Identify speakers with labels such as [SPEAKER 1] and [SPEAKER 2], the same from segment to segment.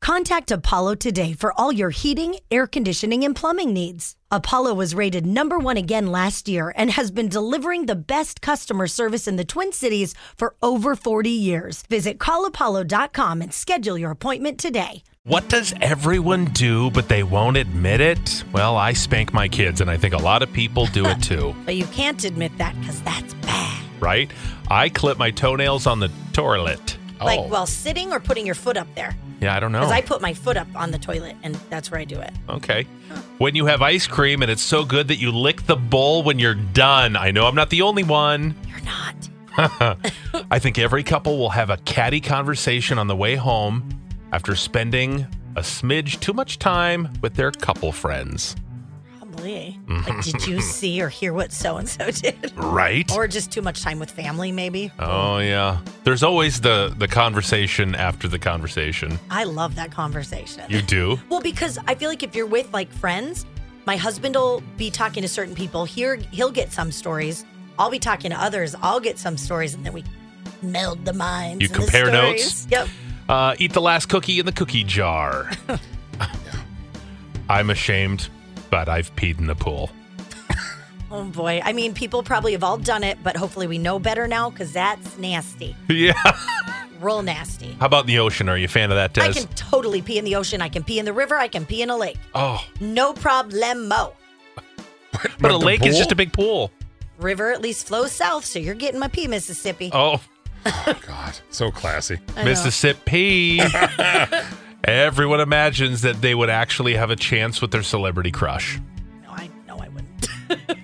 [SPEAKER 1] Contact Apollo today for all your heating, air conditioning, and plumbing needs. Apollo was rated number one again last year and has been delivering the best customer service in the Twin Cities for over 40 years. Visit callapollo.com and schedule your appointment today.
[SPEAKER 2] What does everyone do but they won't admit it? Well, I spank my kids, and I think a lot of people do it too,
[SPEAKER 1] But you can't admit that because that's bad.
[SPEAKER 2] right? I clip my toenails on the toilet. Oh.
[SPEAKER 1] Like while sitting or putting your foot up there.
[SPEAKER 2] Yeah, I don't know.
[SPEAKER 1] Because I put my foot up on the toilet and that's where I do it.
[SPEAKER 2] Okay. When you have ice cream and it's so good that you lick the bowl when you're done. I know I'm not the only one.
[SPEAKER 1] You're not.
[SPEAKER 2] I think every couple will have a catty conversation on the way home after spending a smidge too much time with their couple friends.
[SPEAKER 1] Probably. Like, did you see or hear what so and so did?
[SPEAKER 2] Right?
[SPEAKER 1] Or just too much time with family, maybe?
[SPEAKER 2] oh yeah. There's always the the conversation after the conversation.
[SPEAKER 1] I love that conversation.
[SPEAKER 2] You do?
[SPEAKER 1] Well, because I feel like if you're with like friends, my husband will be talking to certain people. Here, he'll get some stories. I'll be talking to others. I'll get some stories, and then we meld the minds.
[SPEAKER 2] You
[SPEAKER 1] and the
[SPEAKER 2] compare notes?
[SPEAKER 1] stories. Yep.
[SPEAKER 2] Uh, eat the last cookie in the cookie jar. I'm ashamed, but I've peed in the pool.
[SPEAKER 1] Oh boy. I mean, people probably have all done it, but hopefully we know better now because that's nasty,
[SPEAKER 2] Yeah.
[SPEAKER 1] real nasty.
[SPEAKER 2] How about in the ocean? Are you a fan of that, Des?
[SPEAKER 1] I can totally pee in the ocean. I can pee in the river. I can pee in a lake.
[SPEAKER 2] oh,
[SPEAKER 1] No problemo.
[SPEAKER 2] but a lake is just a big pool.
[SPEAKER 1] River at least flows south, so you're getting my pee, Mississippi.
[SPEAKER 2] Oh,
[SPEAKER 3] Oh, God, so classy.
[SPEAKER 2] Mississippi. Everyone imagines that they would actually have a chance with their celebrity crush.
[SPEAKER 1] No, I no, I wouldn't.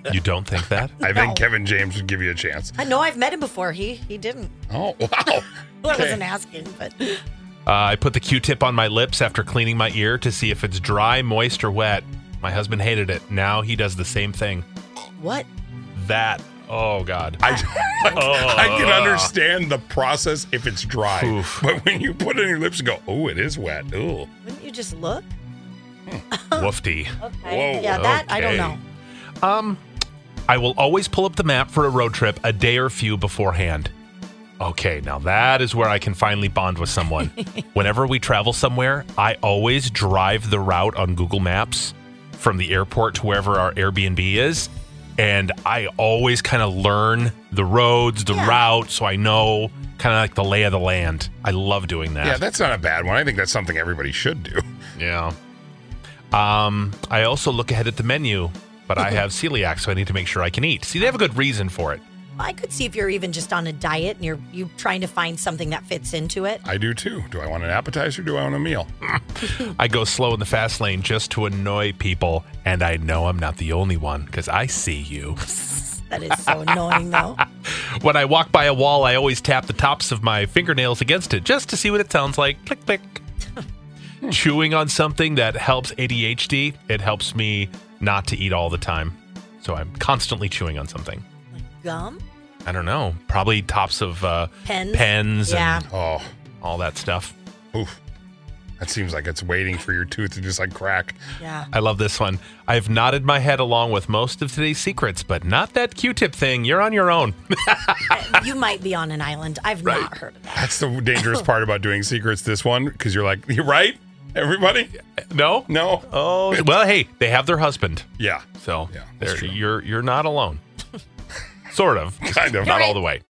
[SPEAKER 2] You don't think that?
[SPEAKER 3] I
[SPEAKER 1] No.
[SPEAKER 3] think Kevin James would give you a chance.
[SPEAKER 1] I know I've met him before. He he didn't.
[SPEAKER 3] Oh, wow.
[SPEAKER 1] Well, I
[SPEAKER 3] Okay.
[SPEAKER 1] wasn't asking, but
[SPEAKER 2] Uh, I put the Q-tip on my lips after cleaning my ear to see if it's dry, moist, or wet. My husband hated it. Now he does the same thing.
[SPEAKER 1] what?
[SPEAKER 2] That. Oh God.
[SPEAKER 3] I, I can understand the process if it's dry,
[SPEAKER 2] Oof.
[SPEAKER 3] but when you put it on your lips and go, oh, it is wet. Ooh.
[SPEAKER 1] Wouldn't you just look?
[SPEAKER 2] Woofty.
[SPEAKER 3] Okay. Whoa,
[SPEAKER 1] yeah, that I don't
[SPEAKER 2] okay.
[SPEAKER 1] know.
[SPEAKER 2] Um, I will always pull up the map for a road trip a day or few beforehand. Okay, now that is where I can finally bond with someone. Whenever we travel somewhere, I always drive the route on Google Maps from the airport to wherever our Airbnb is. And I always kind of learn the roads, the
[SPEAKER 1] Yeah.
[SPEAKER 2] route, so I know kind of like the lay of the land. I love doing that.
[SPEAKER 3] Yeah, that's not a bad one. I think that's something everybody should do.
[SPEAKER 2] Yeah. Um, I also look ahead at the menu, but I have celiac, so I need to make sure I can eat. See, they have a good reason for it.
[SPEAKER 1] I could see if you're even just on a diet and you're you trying to find something that fits into it.
[SPEAKER 3] I do too. Do I want an appetizer? Do I want a meal?
[SPEAKER 2] I go slow in the fast lane just to annoy people, and I know I'm not the only one because I see you.
[SPEAKER 1] That is so annoying though.
[SPEAKER 2] When I walk by a wall, I always tap the tops of my fingernails against it just to see what it sounds like. Click, click. Chewing on something that helps ADHD, it helps me not to eat all the time. So I'm constantly chewing on something.
[SPEAKER 1] Like gum?
[SPEAKER 2] I don't know, probably tops of uh,
[SPEAKER 1] Pens?
[SPEAKER 2] pens
[SPEAKER 1] Yeah.
[SPEAKER 2] and
[SPEAKER 3] Oh,
[SPEAKER 2] all that stuff.
[SPEAKER 3] oof. That seems like it's waiting for your tooth to just like crack.
[SPEAKER 1] Yeah.
[SPEAKER 2] I love this one. I've nodded my head along with most of today's secrets, but not that Q-tip thing. You're on your own.
[SPEAKER 1] Uh, you might be on an island. I've not heard of that.
[SPEAKER 3] That's the dangerous part about doing secrets this one because you're like, you're right, everybody?
[SPEAKER 2] no?
[SPEAKER 3] No.
[SPEAKER 2] Oh, well, hey, they have their husband.
[SPEAKER 3] Yeah,
[SPEAKER 2] So
[SPEAKER 3] Yeah, that's
[SPEAKER 2] they're-
[SPEAKER 3] true.
[SPEAKER 2] you're you're not alone. sort of.
[SPEAKER 3] kind of.
[SPEAKER 2] Not
[SPEAKER 1] right.
[SPEAKER 2] all the way.